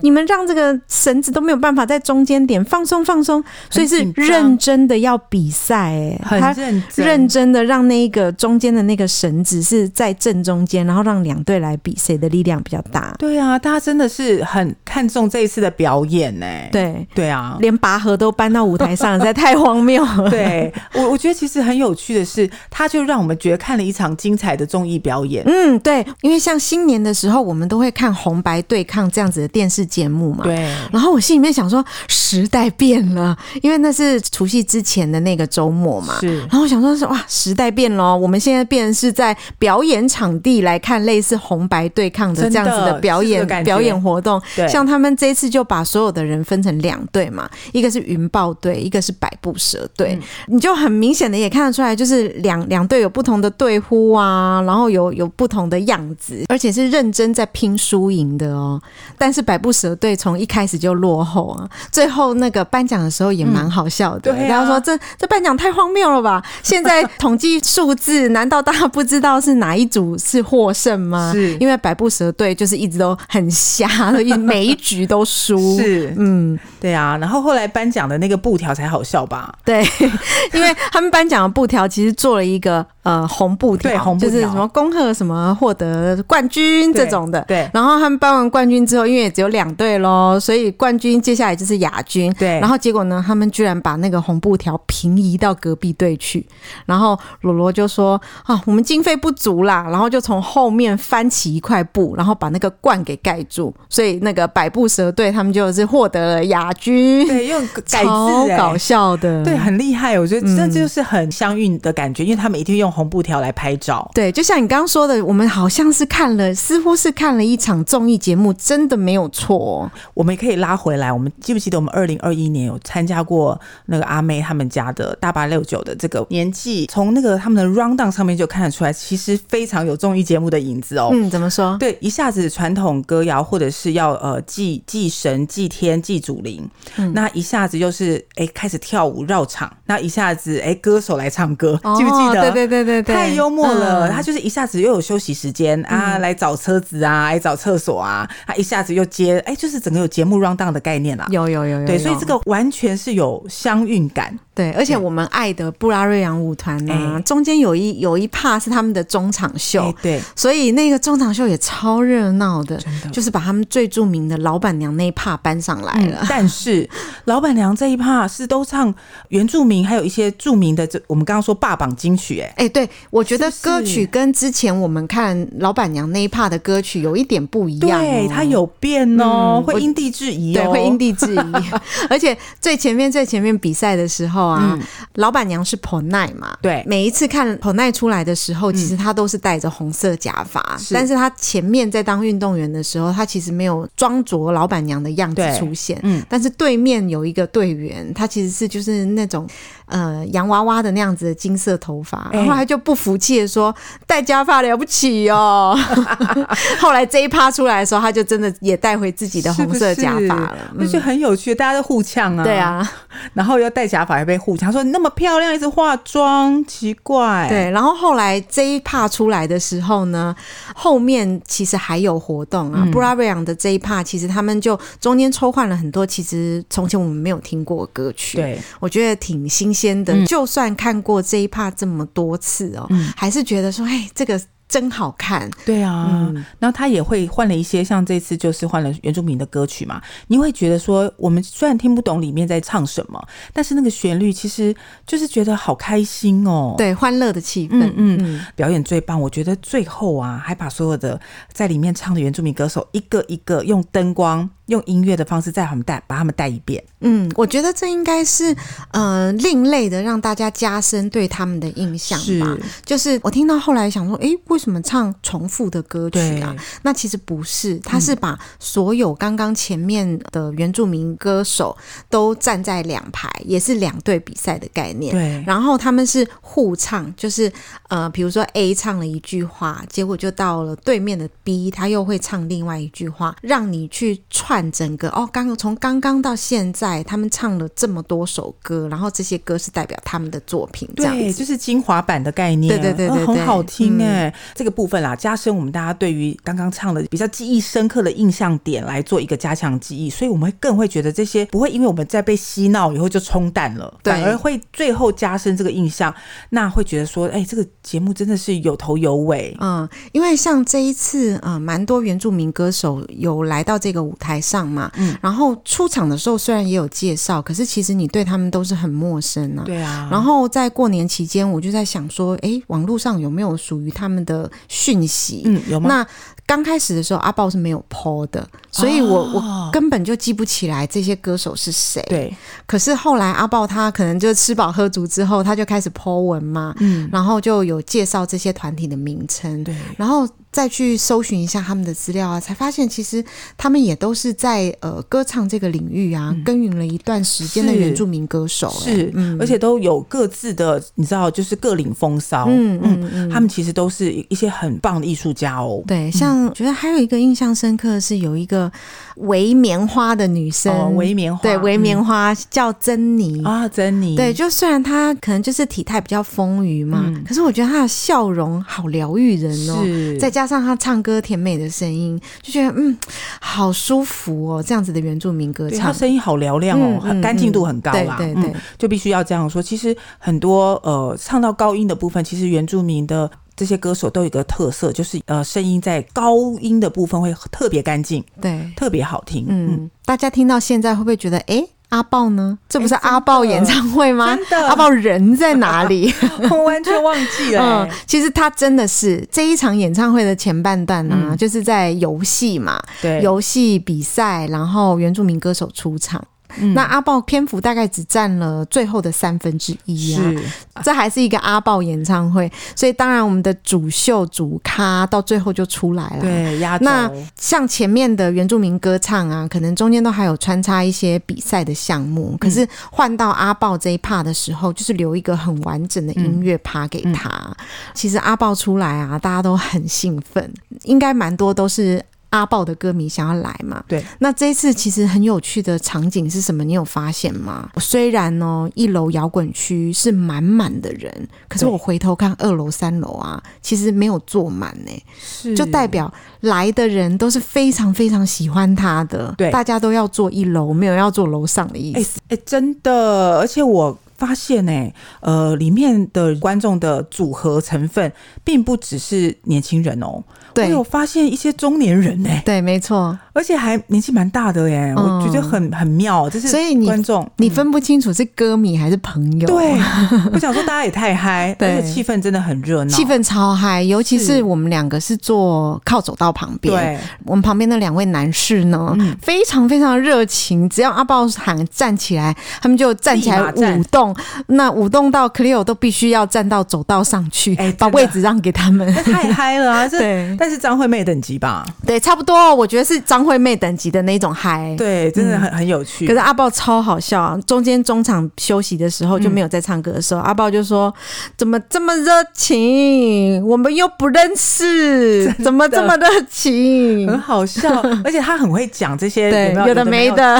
Speaker 2: 你们让这个绳子都没有办法在中间点放松放松。”所以是
Speaker 3: 紧张
Speaker 2: 认真的要比赛、欸，
Speaker 3: 很
Speaker 2: 他
Speaker 3: 认真，
Speaker 2: 认真的让那一个中间的那个绳子是在正中间，然后让两队来比谁的力量比较大。
Speaker 3: 对啊，大家真的是很看重这一次的表演呢、
Speaker 2: 对，
Speaker 3: 对啊，
Speaker 2: 连拔河都搬到舞台上，实在太荒谬了。
Speaker 3: 对我我觉得其实很有趣的是，它就让我们觉得看了一场精彩的综艺表演。
Speaker 2: 嗯，对，因为像新年的时候，我们都会看红白对抗这样子的电视节目嘛。。
Speaker 3: 对，
Speaker 2: 然后我心里面想说，时代变了，因为那是除夕之前的那个周末嘛。
Speaker 3: 是
Speaker 2: 然后我想说是哇，时代变了哦，我们现在变成是在表演场地来看类似红白对抗的
Speaker 3: 真
Speaker 2: 这样子
Speaker 3: 的
Speaker 2: 的表
Speaker 3: 是这个
Speaker 2: 演
Speaker 3: 感觉
Speaker 2: 表演活动。
Speaker 3: 对
Speaker 2: 像他们这一次就把所有的人分成两队嘛，一个是云豹队，一个是百步蛇队。
Speaker 3: 嗯
Speaker 2: 你就很明显的也看得出来，就是两两队有不同的队呼啊，然后有有不同的样子，而且是认真在拼输赢的哦。但是百步蛇队从一开始就落后啊，最后那个颁奖的时候也蛮好笑的，
Speaker 3: 嗯对啊
Speaker 2: 然后说这这颁奖太荒谬了吧？现在 统计数字，难道大家不知道是哪一组是获胜吗？
Speaker 3: 是
Speaker 2: 因为百步蛇队就是一直都很瞎，所以每一局都输。
Speaker 3: 是，
Speaker 2: 嗯，
Speaker 3: 对啊。然后后来颁奖的那个布条才好笑吧？
Speaker 2: 对，因为他们颁奖的布条其实做了一个呃红布条，
Speaker 3: 对红布条
Speaker 2: 就是什么恭贺什么获得冠军这种的。
Speaker 3: 对
Speaker 2: 然后他们颁完冠军之后，因为也只有两队喽，所以冠军接下来就是亚军。
Speaker 3: 对
Speaker 2: 然后结果呢，他们居然把那个红布条平移到隔壁队去，然后罗罗就说：“啊，我们经费不足啦。”然后就从后面翻起一块布，然后把那个冠给盖住，所以那个百步蛇队他们就是获得了亚军。
Speaker 3: 对，用 改
Speaker 2: 超
Speaker 3: 字、欸，
Speaker 2: 搞笑的，
Speaker 3: 对，很厉害。我觉得这就是很相运的感觉，因为他们一定用红布条来拍照。
Speaker 2: 对，就像你刚刚说的，我们好像是看了，似乎是看了一场综艺节目，真的没有错、哦。
Speaker 3: 我们也可以拉回来，我们记不记得我们二零二一年有参加过那个阿妹他们家的大八六九的这个年纪？从那个他们的 round down 上面就看得出来，其实非常有综艺节目的影子哦。
Speaker 2: 嗯，怎么说？
Speaker 3: 对，一下子传统歌谣或者是要呃祭祭神、祭天、祭祖灵，
Speaker 2: 嗯
Speaker 3: 那一下子就是哎、开始跳舞绕场，那一下子哎、歌手来唱歌， 记不记
Speaker 2: 哦
Speaker 3: 得？
Speaker 2: 对对对对对，
Speaker 3: 太幽默了，
Speaker 2: 嗯
Speaker 3: 他就是一下子又有休息时间啊，来找车子啊，来找厕所啊，他一下子又接，哎，就是整个有节目 round down 的概念啦。
Speaker 2: 有有有有有
Speaker 3: 对，所以这个完全是有相韵感。
Speaker 2: 对，而且我们爱的布拉瑞扬舞团呢、
Speaker 3: 哎
Speaker 2: 中间有一有一趴是他们的中场秀。
Speaker 3: 哎，对，
Speaker 2: 所以那个中场秀也超热闹的，
Speaker 3: 真的
Speaker 2: 就是把他们最著名的老板娘那一趴搬上来了。
Speaker 3: 但是老板娘这一趴是都唱原住民，还有一些著名的这我们刚刚说霸榜金曲，哎，
Speaker 2: 哎、对，我觉得
Speaker 3: 是不是
Speaker 2: 歌曲跟之前我们看老板娘那一趴的歌曲有一点不一样、
Speaker 3: 对，
Speaker 2: 哦，
Speaker 3: 它有变哦，
Speaker 2: 嗯
Speaker 3: 会因地制宜
Speaker 2: 对，
Speaker 3: 哦，
Speaker 2: 会因地制宜。 而且最前面最前面比赛的时候啊，老板娘是 p o n a i 嘛，
Speaker 3: 嗯对嗯
Speaker 2: 每一次看 p o n a i 出来的时候，其实她都是戴着红色假发，
Speaker 3: 是
Speaker 2: 但是她前面在当运动员的时候，她其实没有装着老板娘的样子
Speaker 3: 对
Speaker 2: 出现。
Speaker 3: 嗯
Speaker 2: 但是对面有一个队员，他其实是就是那种呃洋娃娃的那样子的金色头发，
Speaker 3: 哎
Speaker 2: 然后他就不服气的说：“戴假发了不起哦！” 后来这一趴出来的时候，他就真的也带回自己的红色假发了。嗯
Speaker 3: 是不是那就很有趣，大家都互呛啊，
Speaker 2: 对。啊，
Speaker 3: 然后又戴假发，还被互呛说你那么漂亮，一直化妆，奇怪。，
Speaker 2: 对。然后后来这一趴出来的时候呢，后面其实还有活动
Speaker 3: 嗯
Speaker 2: 啊。布拉瑞昂的这一趴，其实他们就中间抽换了很多，其实从前我们没有听过的歌曲。
Speaker 3: 对，嗯
Speaker 2: 我觉得挺新鲜的。就算看过这一趴这么多次哦，还是觉得说，哎，这个真好看。
Speaker 3: 对啊。
Speaker 2: 嗯
Speaker 3: 然后他也会换了一些，像这次就是换了原住民的歌曲嘛，你会觉得说，我们虽然听不懂里面在唱什么，但是那个旋律其实就是觉得好开心哦。。
Speaker 2: 对，欢乐的气氛。
Speaker 3: 嗯嗯，
Speaker 2: 嗯
Speaker 3: 表演最棒，我觉得最后啊，还把所有的在里面唱的原住民歌手一个一个用灯光、用音乐的方式再他们带把他们带一遍。
Speaker 2: 嗯，我觉得这应该是呃另类的，让大家加深对他们的印象吧。就是我听到后来想说，诶，为什么唱重复的歌曲
Speaker 3: 对
Speaker 2: 啊？那其实不是，他是把所有刚刚前面的原住民歌手都站在两排，也是两队比赛的概念。
Speaker 3: 对，
Speaker 2: 然后他们是互唱，就是呃，比如说 A 唱了一句话，结果就到了对面的 B，他又会唱另外一句话，让你去串整个哦。刚从刚刚到现在，他们唱了这么多首歌，然后这些歌是代表他们的作品，这样
Speaker 3: 对，
Speaker 2: 子。
Speaker 3: 就是精华版的概念，
Speaker 2: 对对对
Speaker 3: 呃
Speaker 2: 对嗯对
Speaker 3: 很好听哎、这个部分啦，加深我们大家对于刚刚唱的比较记忆深刻的印象点来做一个加强记忆，所以我们会更会觉得这些不会因为我们在被洗脑以后就冲淡了，
Speaker 2: 对
Speaker 3: 反而会最后加深这个印象，那会觉得说，哎、这个节目真的是有头有尾，
Speaker 2: 嗯，因为像这一次，呃，蛮多原住民歌手有来到这个舞台上嘛，
Speaker 3: 嗯
Speaker 2: 然后出场的时候虽然也有介绍，可是其实你对他们都是很陌生啊。
Speaker 3: 对啊，
Speaker 2: 然后在过年期间，我就在想说，诶，网络上有没有属于他们的讯息？
Speaker 3: 嗯，有吗？
Speaker 2: 那刚开始的时候，阿豹是没有 PO 的，所以我、
Speaker 3: 哦
Speaker 2: 我根本就记不起来这些歌手是谁。，
Speaker 3: 对，
Speaker 2: 可是后来阿豹他可能就吃饱喝足之后，他就开始 PO 文嘛，
Speaker 3: 嗯，
Speaker 2: 然后就有介绍这些团体的名称，
Speaker 3: 对，
Speaker 2: 然后再去搜寻一下他们的资料啊，才发现其实他们也都是在呃歌唱这个领域啊，耕耘了一段时间的
Speaker 3: 嗯是
Speaker 2: 原住民歌手、诶嗯
Speaker 3: 是，而且都有各自的，你知道，就是各领风骚，
Speaker 2: 嗯嗯嗯，
Speaker 3: 他们其实都是一些很棒的艺术家哦。
Speaker 2: 对，像觉得还有一个印象深刻的是有一个围棉花的女生，
Speaker 3: 哦，维棉花，
Speaker 2: 对围棉花、叫珍妮。
Speaker 3: 嗯啊，珍妮，
Speaker 2: 对，就虽然她可能就是体态比较丰腴嘛，
Speaker 3: 嗯
Speaker 2: 可是我觉得她的笑容好疗愈人哦。
Speaker 3: 是
Speaker 2: 再加上她唱歌甜美的声音，就觉得嗯，好舒服哦，这样子的原住民歌
Speaker 3: 对他
Speaker 2: 唱，
Speaker 3: 声音好嘹亮
Speaker 2: 嗯
Speaker 3: 哦，
Speaker 2: 嗯
Speaker 3: 很干净度很高
Speaker 2: 对
Speaker 3: 啦，
Speaker 2: 对对，
Speaker 3: 嗯，就必须要这样说。其实很多呃，唱到高音的部分，其实原住民的。这些歌手都有一个特色，就是呃，声音在高音的部分会特别干净，
Speaker 2: 对，
Speaker 3: 特别好听。嗯，
Speaker 2: 嗯，大家听到现在会不会觉得，诶，阿豹呢？这不是
Speaker 3: 诶真的
Speaker 2: 阿豹演唱会吗？
Speaker 3: 真的
Speaker 2: 阿豹人在哪里？
Speaker 3: 我完全忘记了、
Speaker 2: 嗯
Speaker 3: 欸。，
Speaker 2: 其实他真的是这一场演唱会的前半段呢、
Speaker 3: 嗯
Speaker 2: 就是在游戏嘛，
Speaker 3: 对，
Speaker 2: 游戏比赛，然后原住民歌手出场。
Speaker 3: 嗯
Speaker 2: 那阿豹篇幅大概只占了最后的三分之一啊，
Speaker 3: 是
Speaker 2: 这还是一个阿豹演唱会，所以当然我们的主秀主咖到最后就出来了。
Speaker 3: 对压轴。
Speaker 2: 那像前面的原住民歌唱啊，可能中间都还有穿插一些比赛的项目，可
Speaker 3: 嗯
Speaker 2: 是换到阿豹这一趴的时候，就是留一个很完整的音乐趴给他。
Speaker 3: 嗯
Speaker 2: 其实阿豹出来啊，大家都很兴奋，应该蛮多都是。阿豹的歌迷想要来嘛？
Speaker 3: 对，
Speaker 2: 那这一次其实很有趣的场景是什么？你有发现吗？虽然哦，一楼摇滚区是满满的人，可是
Speaker 3: 对
Speaker 2: 我回头看二楼、三楼啊，其实没有坐满欸呢、
Speaker 3: 是
Speaker 2: 就代表来的人都是非常非常喜欢他的，
Speaker 3: 对
Speaker 2: 大家都要坐一楼，没有要坐楼上的意
Speaker 3: 哎、
Speaker 2: 思。
Speaker 3: 哎、真的，而且我发现哎、呃，里面的观众的组合成分并不只是年轻人哦，我
Speaker 2: 对
Speaker 3: 有发现一些中年人哎、
Speaker 2: 对，没错，
Speaker 3: 而且还年纪蛮大的耶、
Speaker 2: 嗯
Speaker 3: 我觉得很很妙，就是
Speaker 2: 所以你
Speaker 3: 观众
Speaker 2: 你
Speaker 3: 嗯
Speaker 2: 分不清楚是歌迷还是朋友，
Speaker 3: 对，我想说大家也太嗨，
Speaker 2: 对
Speaker 3: 而且气氛真的很热闹，
Speaker 2: 气氛超嗨，尤其
Speaker 3: 是
Speaker 2: 是我们两个是坐靠走道旁边，
Speaker 3: 对，
Speaker 2: 我们旁边的两位男士呢，
Speaker 3: 嗯，
Speaker 2: 非常非常热情，只要阿豹喊站起来，他们就站起来
Speaker 3: 立马站
Speaker 2: 舞动。那舞动到 Cleo 都必须要站到走道上去，
Speaker 3: 哎
Speaker 2: 把
Speaker 3: 真的
Speaker 2: 位置让给他们。
Speaker 3: 那太嗨了啊！ 这
Speaker 2: 对
Speaker 3: 但是张惠妹等级吧，
Speaker 2: 对，差不多，我觉得是张惠妹等级的那种嗨。
Speaker 3: 对，真的很、很有趣。
Speaker 2: 嗯可是阿豹超好笑啊！中间中场休息的时候就没有在唱歌的
Speaker 3: 嗯
Speaker 2: 时候，阿豹就说：“怎么这么热情？我们又不认 识，怎么这么热情
Speaker 3: 很好笑， 而且他很会讲这？”
Speaker 2: 嗯
Speaker 3: 些
Speaker 2: 对
Speaker 3: 嗯有没，有
Speaker 2: 有的没的，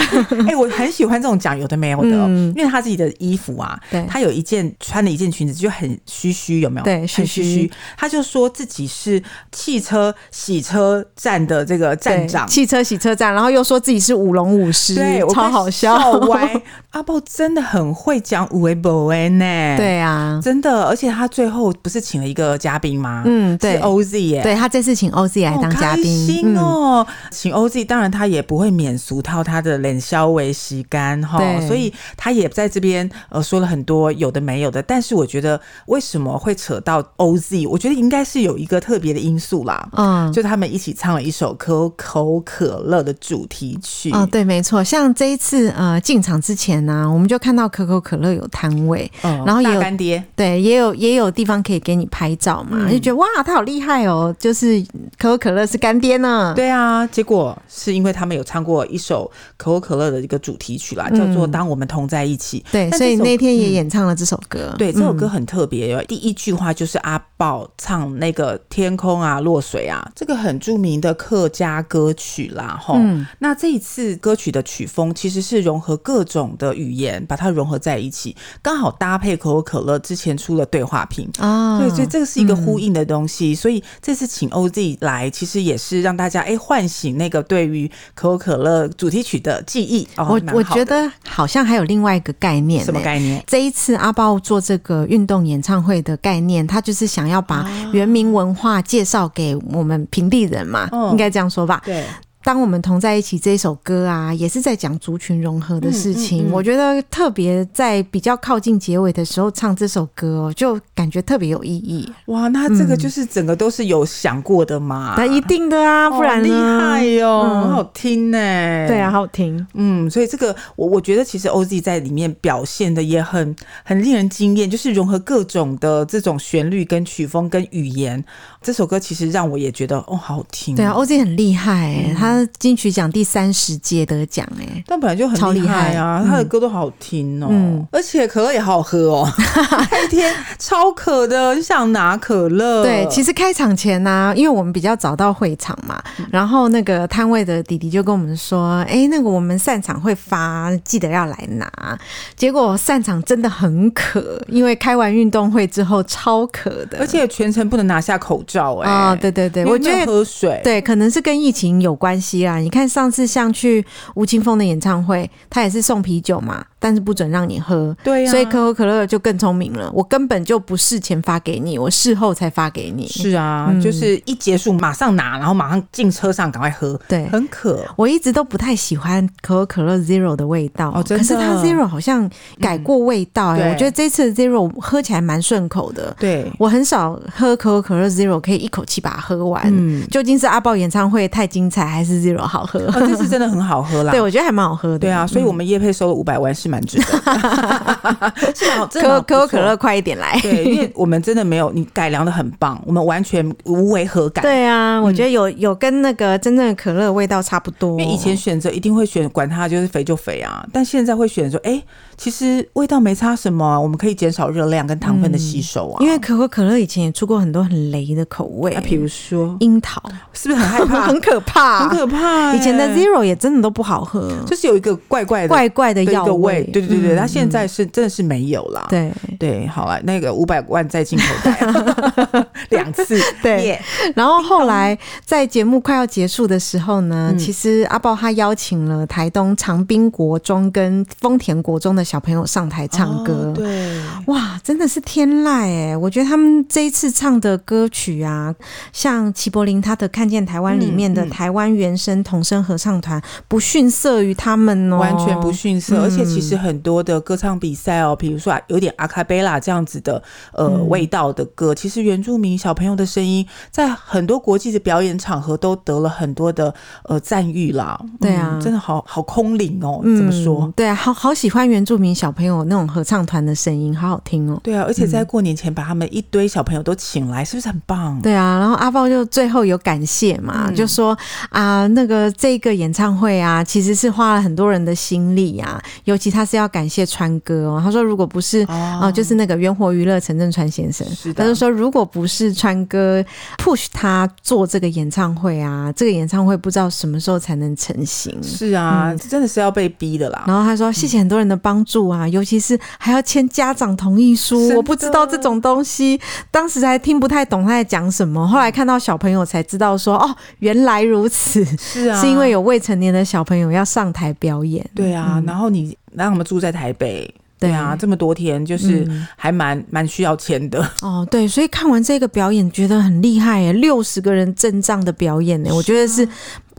Speaker 3: 哎、我很喜欢这种讲有的没有的，
Speaker 2: 嗯
Speaker 3: 因为他自己的衣服啊，
Speaker 2: 对
Speaker 3: 他有一件穿了一件裙子就很虚虚，有没有？
Speaker 2: 对
Speaker 3: 很
Speaker 2: 虚
Speaker 3: 虚
Speaker 2: 虚
Speaker 3: 虚。他就说自己是汽车洗车站的这个站长
Speaker 2: 对。汽车洗车站，然后又说自己是舞龙舞狮
Speaker 3: 对，，我
Speaker 2: 超
Speaker 3: 快
Speaker 2: 好
Speaker 3: 笑歪。 阿豹真的很会讲五维博维呢，，
Speaker 2: 对啊，
Speaker 3: 真的。而且他最后不是请了一个嘉宾吗？，
Speaker 2: 嗯，
Speaker 3: 是
Speaker 2: 对，
Speaker 3: OZ 耶、
Speaker 2: 对他这次请 OZ 来
Speaker 3: 好
Speaker 2: 当嘉
Speaker 3: 哦开
Speaker 2: 宾，
Speaker 3: 心
Speaker 2: 嗯，
Speaker 3: 哦！请 OZ，当然他也不会免俗套他的冷笑为吸干哈，
Speaker 2: 对
Speaker 3: 所以他也在这边呃说了很多有的没有的，但是我觉得为什么会扯到 OZ，我觉得应该是有一个特别的因素啦。
Speaker 2: 嗯，
Speaker 3: 就他们一起唱了一首可口可乐的主题曲，
Speaker 2: 哦，对，没错，像这一次呃进场之前呢、我们就看到可口可乐有摊位，
Speaker 3: 嗯
Speaker 2: 然后也
Speaker 3: 大
Speaker 2: 有
Speaker 3: 干爹，
Speaker 2: 对，也有也有地方可以给你拍照嘛，
Speaker 3: 嗯
Speaker 2: 就觉得哇，他好厉害哦，就是可口可乐是干爹呢。
Speaker 3: 对啊，结果是因为他们有唱过一首可口可乐的一个主题曲啦，
Speaker 2: 嗯
Speaker 3: 叫做《当我们同在一起》。
Speaker 2: 对，
Speaker 3: 但
Speaker 2: 所以
Speaker 3: 这首
Speaker 2: 那天也
Speaker 3: 嗯
Speaker 2: 演唱了这首歌。
Speaker 3: 对，这首歌
Speaker 2: 嗯
Speaker 3: 很特别、第一句话就是阿豹唱那个“天空啊，落水啊”，这个很著名的客家歌曲啦，吼。
Speaker 2: 嗯
Speaker 3: 那这一次歌曲的曲风其实是融合各种的语言，把它融合在一起，刚好搭配可口可乐之前出的对话屏。
Speaker 2: 啊，
Speaker 3: 对，所以这个是一个呼应的东西，所以这次请 OZ 来，其实也是让大家哎唤醒那个对于可口可乐主题曲的记忆。哦、
Speaker 2: 我
Speaker 3: 蛮
Speaker 2: 我
Speaker 3: 好
Speaker 2: 觉
Speaker 3: 的
Speaker 2: 得好像还有另外一个概念、
Speaker 3: 什么
Speaker 2: 欸
Speaker 3: 概念？
Speaker 2: 这一次阿豹做这个运动演唱会的概念，他就是想要把
Speaker 3: 啊
Speaker 2: 原民文化介绍给我们平地人嘛，
Speaker 3: 哦
Speaker 2: 应该这样说吧。
Speaker 3: 对，
Speaker 2: 当我们同在一起这首歌啊，也是在讲族群融合的事情。
Speaker 3: 嗯嗯嗯
Speaker 2: 我觉得特别在比较靠近结尾的时候唱这首歌哦，就感觉特别有意义。
Speaker 3: 哇，那这个就是整个都是有想过的嘛？
Speaker 2: 嗯那、一定的啊，不然
Speaker 3: 哦厉
Speaker 2: 呢
Speaker 3: 害哟、
Speaker 2: 嗯
Speaker 3: 很好听呢、
Speaker 2: 对啊，，好好听。
Speaker 3: 嗯，所以这个我我觉得其实 OZ 在里面表现的也很很令人惊艳，就是融合各种的这种旋律、跟曲风、跟语言。这首歌其实让我也觉得哦，好好听。
Speaker 2: 对啊，OZ 很厉害、欸，
Speaker 3: 嗯
Speaker 2: 他金曲奖第三十届得奖哎、
Speaker 3: 但本来就
Speaker 2: 超
Speaker 3: 很
Speaker 2: 厉
Speaker 3: 厉害啊，
Speaker 2: 害
Speaker 3: 他的歌都好好听哦，
Speaker 2: 嗯
Speaker 3: 而且可乐也好好喝哦， 那一天超渴的，就想拿可乐。
Speaker 2: 对，其
Speaker 3: 实
Speaker 2: 实开场前呢、因为我们比较早到会场嘛，
Speaker 3: 嗯
Speaker 2: 然后那个摊位的弟弟就跟我们说：“哎、那个我们散场会发，记得要来拿。”结果散场真的很渴，因为开完运动会之后超渴的，
Speaker 3: 而且全程不能拿下口罩、哎、
Speaker 2: 啊、对对对，
Speaker 3: 因为
Speaker 2: 我
Speaker 3: 没
Speaker 2: 觉得。
Speaker 3: 有喝水，
Speaker 2: 对，可能是跟疫情有关系啦。你看上次像去吴青峰的演唱会，他也是送啤酒嘛，但是不准让你喝，
Speaker 3: 对啊呀、
Speaker 2: 所以可口可乐就更聪明了。我根本就不事前发给你，我事后才发给你。
Speaker 3: 是啊，
Speaker 2: 嗯
Speaker 3: 就是一结束马上拿，然后马上进车上赶快喝，
Speaker 2: 对，
Speaker 3: 很渴。
Speaker 2: 我一直都不太喜欢可口可乐 Zero 的味道，
Speaker 3: 哦真
Speaker 2: 可
Speaker 3: 的
Speaker 2: 是它 Zero 好像改过味道、欸，
Speaker 3: 嗯对
Speaker 2: 我觉得这次的 Zero 喝起来蛮顺口的。
Speaker 3: 对，
Speaker 2: 我很少喝可口可乐 Zero 可以一口气把它喝完，
Speaker 3: 嗯，
Speaker 2: 究竟是阿豹演唱会太精彩，还是 Zero 好喝？
Speaker 3: 哦，这次真的很好喝 啦。
Speaker 2: 对，我嗯觉得还蛮好喝的。
Speaker 3: 对啊，所以我们叶配收了五百万是蛮值得 的，是蛮真的
Speaker 2: 可
Speaker 3: 蛮不
Speaker 2: 可口
Speaker 3: 错
Speaker 2: 可乐快一点来。
Speaker 3: 对，因为我们真的没有你改良的很棒，我们完全无违和感。
Speaker 2: 对啊，我觉得有有跟那个真正的可乐味道差不多。
Speaker 3: 因为以前选择一定会选，管它就是肥就肥啊，但现在会选说，哎、其实味道没差什么啊、我们可以减少热量跟糖分的吸收啊。
Speaker 2: 嗯因为可口可乐以前也出过很多很雷的口味，
Speaker 3: 啊，比如说，
Speaker 2: 樱 桃，
Speaker 3: 是不是很 害怕？
Speaker 2: 很可怕，
Speaker 3: 很可怕、
Speaker 2: 以前的
Speaker 3: 欸
Speaker 2: Zero 也真的都不好喝，
Speaker 3: 就是有一个怪怪的
Speaker 2: 怪怪的
Speaker 3: 的一
Speaker 2: 药
Speaker 3: 个味，对对对对，
Speaker 2: 嗯
Speaker 3: 它现在是真的是没有啦。
Speaker 2: 对
Speaker 3: 对，好了，那个五百万再进口袋 两次，
Speaker 2: 对
Speaker 3: 耶
Speaker 2: 然后后来在节目快要结束的时候呢，
Speaker 3: 嗯
Speaker 2: 其实阿豹他邀请了台东长滨国中跟丰田国中的小朋友上台唱歌。
Speaker 3: 哦对，
Speaker 2: 哇，真的是天籁哎！我觉得他们这一次唱的歌曲啊，像齐柏林他的《看见台湾》里面的
Speaker 3: 嗯嗯
Speaker 2: 台湾原声童声合唱团，不逊色于他们哦，
Speaker 3: 完全不逊色，
Speaker 2: 嗯
Speaker 3: 而且其实很多的歌唱比赛哦，比如说啊有点阿卡贝拉这样子的呃、
Speaker 2: 嗯
Speaker 3: 味道的歌，其实原住民小朋友的声音在很多国际的表演场合都得了很多的呃赞誉啦。
Speaker 2: 对啊
Speaker 3: 嗯真的好好空灵哦，
Speaker 2: 嗯
Speaker 3: 怎么说？
Speaker 2: 对啊，好好喜欢原住民小朋友那种合唱团的声音，好好听哦。
Speaker 3: 对啊，而且在过年前把他们一堆小朋友都请来，是不是很棒？
Speaker 2: 对啊，然后阿豹就最后有感谢嘛，
Speaker 3: 嗯
Speaker 2: 就说啊，那个这个演唱会啊，其实是花了很多人的心力啊，尤其他是要感谢川哥哦。他说如果不是
Speaker 3: 哦
Speaker 2: 哦、就是那个圆活娱乐陈振川先生，
Speaker 3: 是的
Speaker 2: 他就说如果不是川哥 push 他做这个演唱会啊，这个演唱会不知道什么时候才能成型。
Speaker 3: 是啊，这真的是要被逼的啦。
Speaker 2: 然后他说：“谢谢很多人的帮助啊，尤其是还要签家长同意书
Speaker 3: 嗯真，的
Speaker 2: 我不知道这种东西，当时还听不太懂他在讲什
Speaker 3: 嗯
Speaker 2: 么，后来看到小朋友才知道说，哦，原来如此，
Speaker 3: 是啊，
Speaker 2: 是因为有未成年的小朋友要上台表演。
Speaker 3: 对啊，然后你让他们住在台北，
Speaker 2: 对
Speaker 3: 对啊，这么多天就是
Speaker 2: 嗯
Speaker 3: 还蛮蛮需要钱的。
Speaker 2: 哦，对，所以
Speaker 3: 啊
Speaker 2: 看完这个表演觉得很厉害耶，六十个人阵仗的表演呢，我觉得是。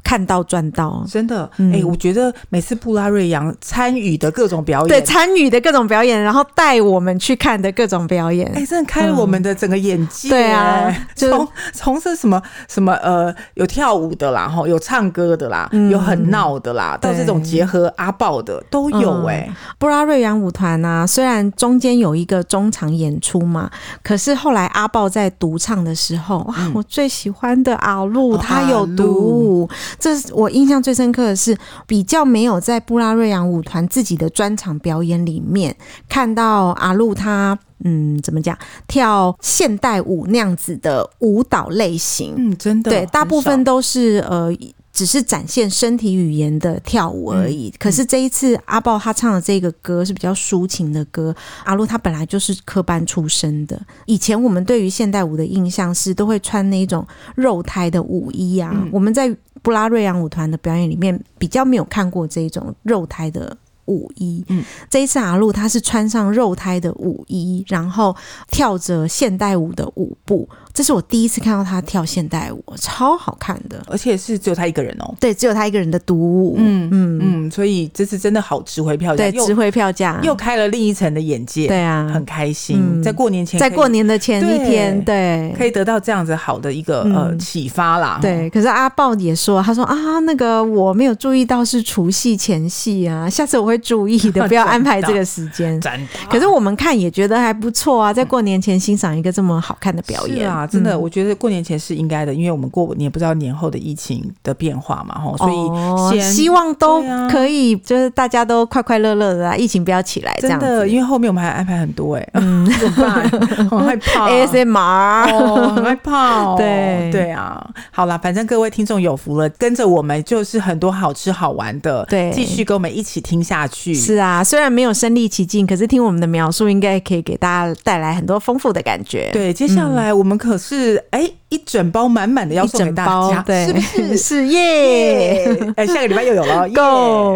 Speaker 2: 看到赚到。
Speaker 3: 真的，哎、
Speaker 2: 嗯
Speaker 3: 我觉得每次布拉瑞扬参与的各种表演，
Speaker 2: 对，参与的各种表演，然后带我们去看的各种表演，
Speaker 3: 哎、真的开了我们的整个眼界、
Speaker 2: 对啊
Speaker 3: 哎
Speaker 2: 就
Speaker 3: 从从是什么什么呃，有跳舞的啦，吼，有唱歌的啦，
Speaker 2: 嗯
Speaker 3: 有很闹的啦，到
Speaker 2: 对
Speaker 3: 这种结合阿豹的都有
Speaker 2: 嗯
Speaker 3: 哎、
Speaker 2: 布拉瑞扬舞团啊，虽然中间有一个中场演出嘛，可是后来阿豹在独唱的时候，哇，我最喜欢的阿露
Speaker 3: 哦
Speaker 2: 他有独舞，这是我印象最深刻的是，比较没有在布拉瑞扬舞团自己的专场表演里面看到阿露他。嗯，怎么讲？跳现代舞那样子的舞蹈类型，
Speaker 3: 嗯，真的，
Speaker 2: 对，大
Speaker 3: 很
Speaker 2: 部分
Speaker 3: 少
Speaker 2: 都是呃，只是展现身体语言的跳舞而已。
Speaker 3: 嗯
Speaker 2: 可是这一次阿豹他唱的这个歌是比较抒情的歌，阿露他本来就是科班出身的。以前我们对于现代舞的印象是都会穿那种肉胎的舞衣啊，
Speaker 3: 嗯
Speaker 2: 我们在布拉瑞扬舞团的表演里面比较没有看过这一种肉胎的。舞衣，
Speaker 3: 嗯
Speaker 2: 这一次阿露她是穿上肉胎的舞衣，然后跳着现代舞的舞步，这是我第一次看到她跳现代舞，超好看的。
Speaker 3: 而且是只有他一个人哦、
Speaker 2: 对，只有她一个人的独舞，
Speaker 3: 嗯
Speaker 2: 嗯
Speaker 3: 嗯，所以这次真的好值回票
Speaker 2: 对，
Speaker 3: 价，又
Speaker 2: 值回票价，
Speaker 3: 又开了另一层的眼界，
Speaker 2: 对啊，
Speaker 3: 很开心，
Speaker 2: 嗯
Speaker 3: 在过年前
Speaker 2: 在
Speaker 3: 可以
Speaker 2: 过年的前一天，对，
Speaker 3: 可以得到这样子好的一个、呃
Speaker 2: 嗯
Speaker 3: 启发啦，哦
Speaker 2: 对，可是阿豹也说，他说啊，那个我没有注意到是除夕前夕啊，下次我会注 意的，不要安排这个时间
Speaker 3: 吼，。展
Speaker 2: 可是我们看也觉得还不错啊，在过年前欣赏一个这么好看的表演
Speaker 3: 嗯是啊，真的，
Speaker 2: 嗯
Speaker 3: 我觉得过年前是应该的，因为我们过年不知道年后的疫情的变化嘛，吼，
Speaker 2: 哦
Speaker 3: 所以先、
Speaker 2: 希望都
Speaker 3: 对啊
Speaker 2: 可以，就是大家都快快乐乐的啊，疫情不要起来这
Speaker 3: 真
Speaker 2: 样
Speaker 3: 的，
Speaker 2: 子。嗯
Speaker 3: 因为后面我们还安排很多哎、 怎么办？好害 怕
Speaker 2: ASMR，。
Speaker 3: 啊哦，很害怕 哦
Speaker 2: 对
Speaker 3: 对啊，好啦，反正各位听众有福了，跟着我们就是很多好吃好玩的，
Speaker 2: 对
Speaker 3: 继续跟我们一起听下去。
Speaker 2: 是啊，虽然没有身临其境，可是听我们的描述，应该可以给大家带来很多丰富的感觉。，
Speaker 3: 对，接下来
Speaker 2: 嗯
Speaker 3: 我们可是哎、一整包满满的要
Speaker 2: 一
Speaker 3: 送给
Speaker 2: 整
Speaker 3: 大
Speaker 2: 包
Speaker 3: 家，，
Speaker 2: 对，
Speaker 3: 是不 是？
Speaker 2: 是耶
Speaker 3: 耶！哎，下个礼拜又 有了耶
Speaker 2: ，Go，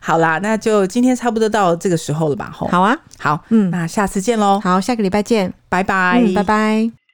Speaker 3: 好啦，那就今天差不多到这个时候了吧？吼，
Speaker 2: 好啊，
Speaker 3: 好，
Speaker 2: 嗯
Speaker 3: 那下次见喽，
Speaker 2: 好，下个礼拜见，
Speaker 3: 拜拜，
Speaker 2: 嗯，拜。拜。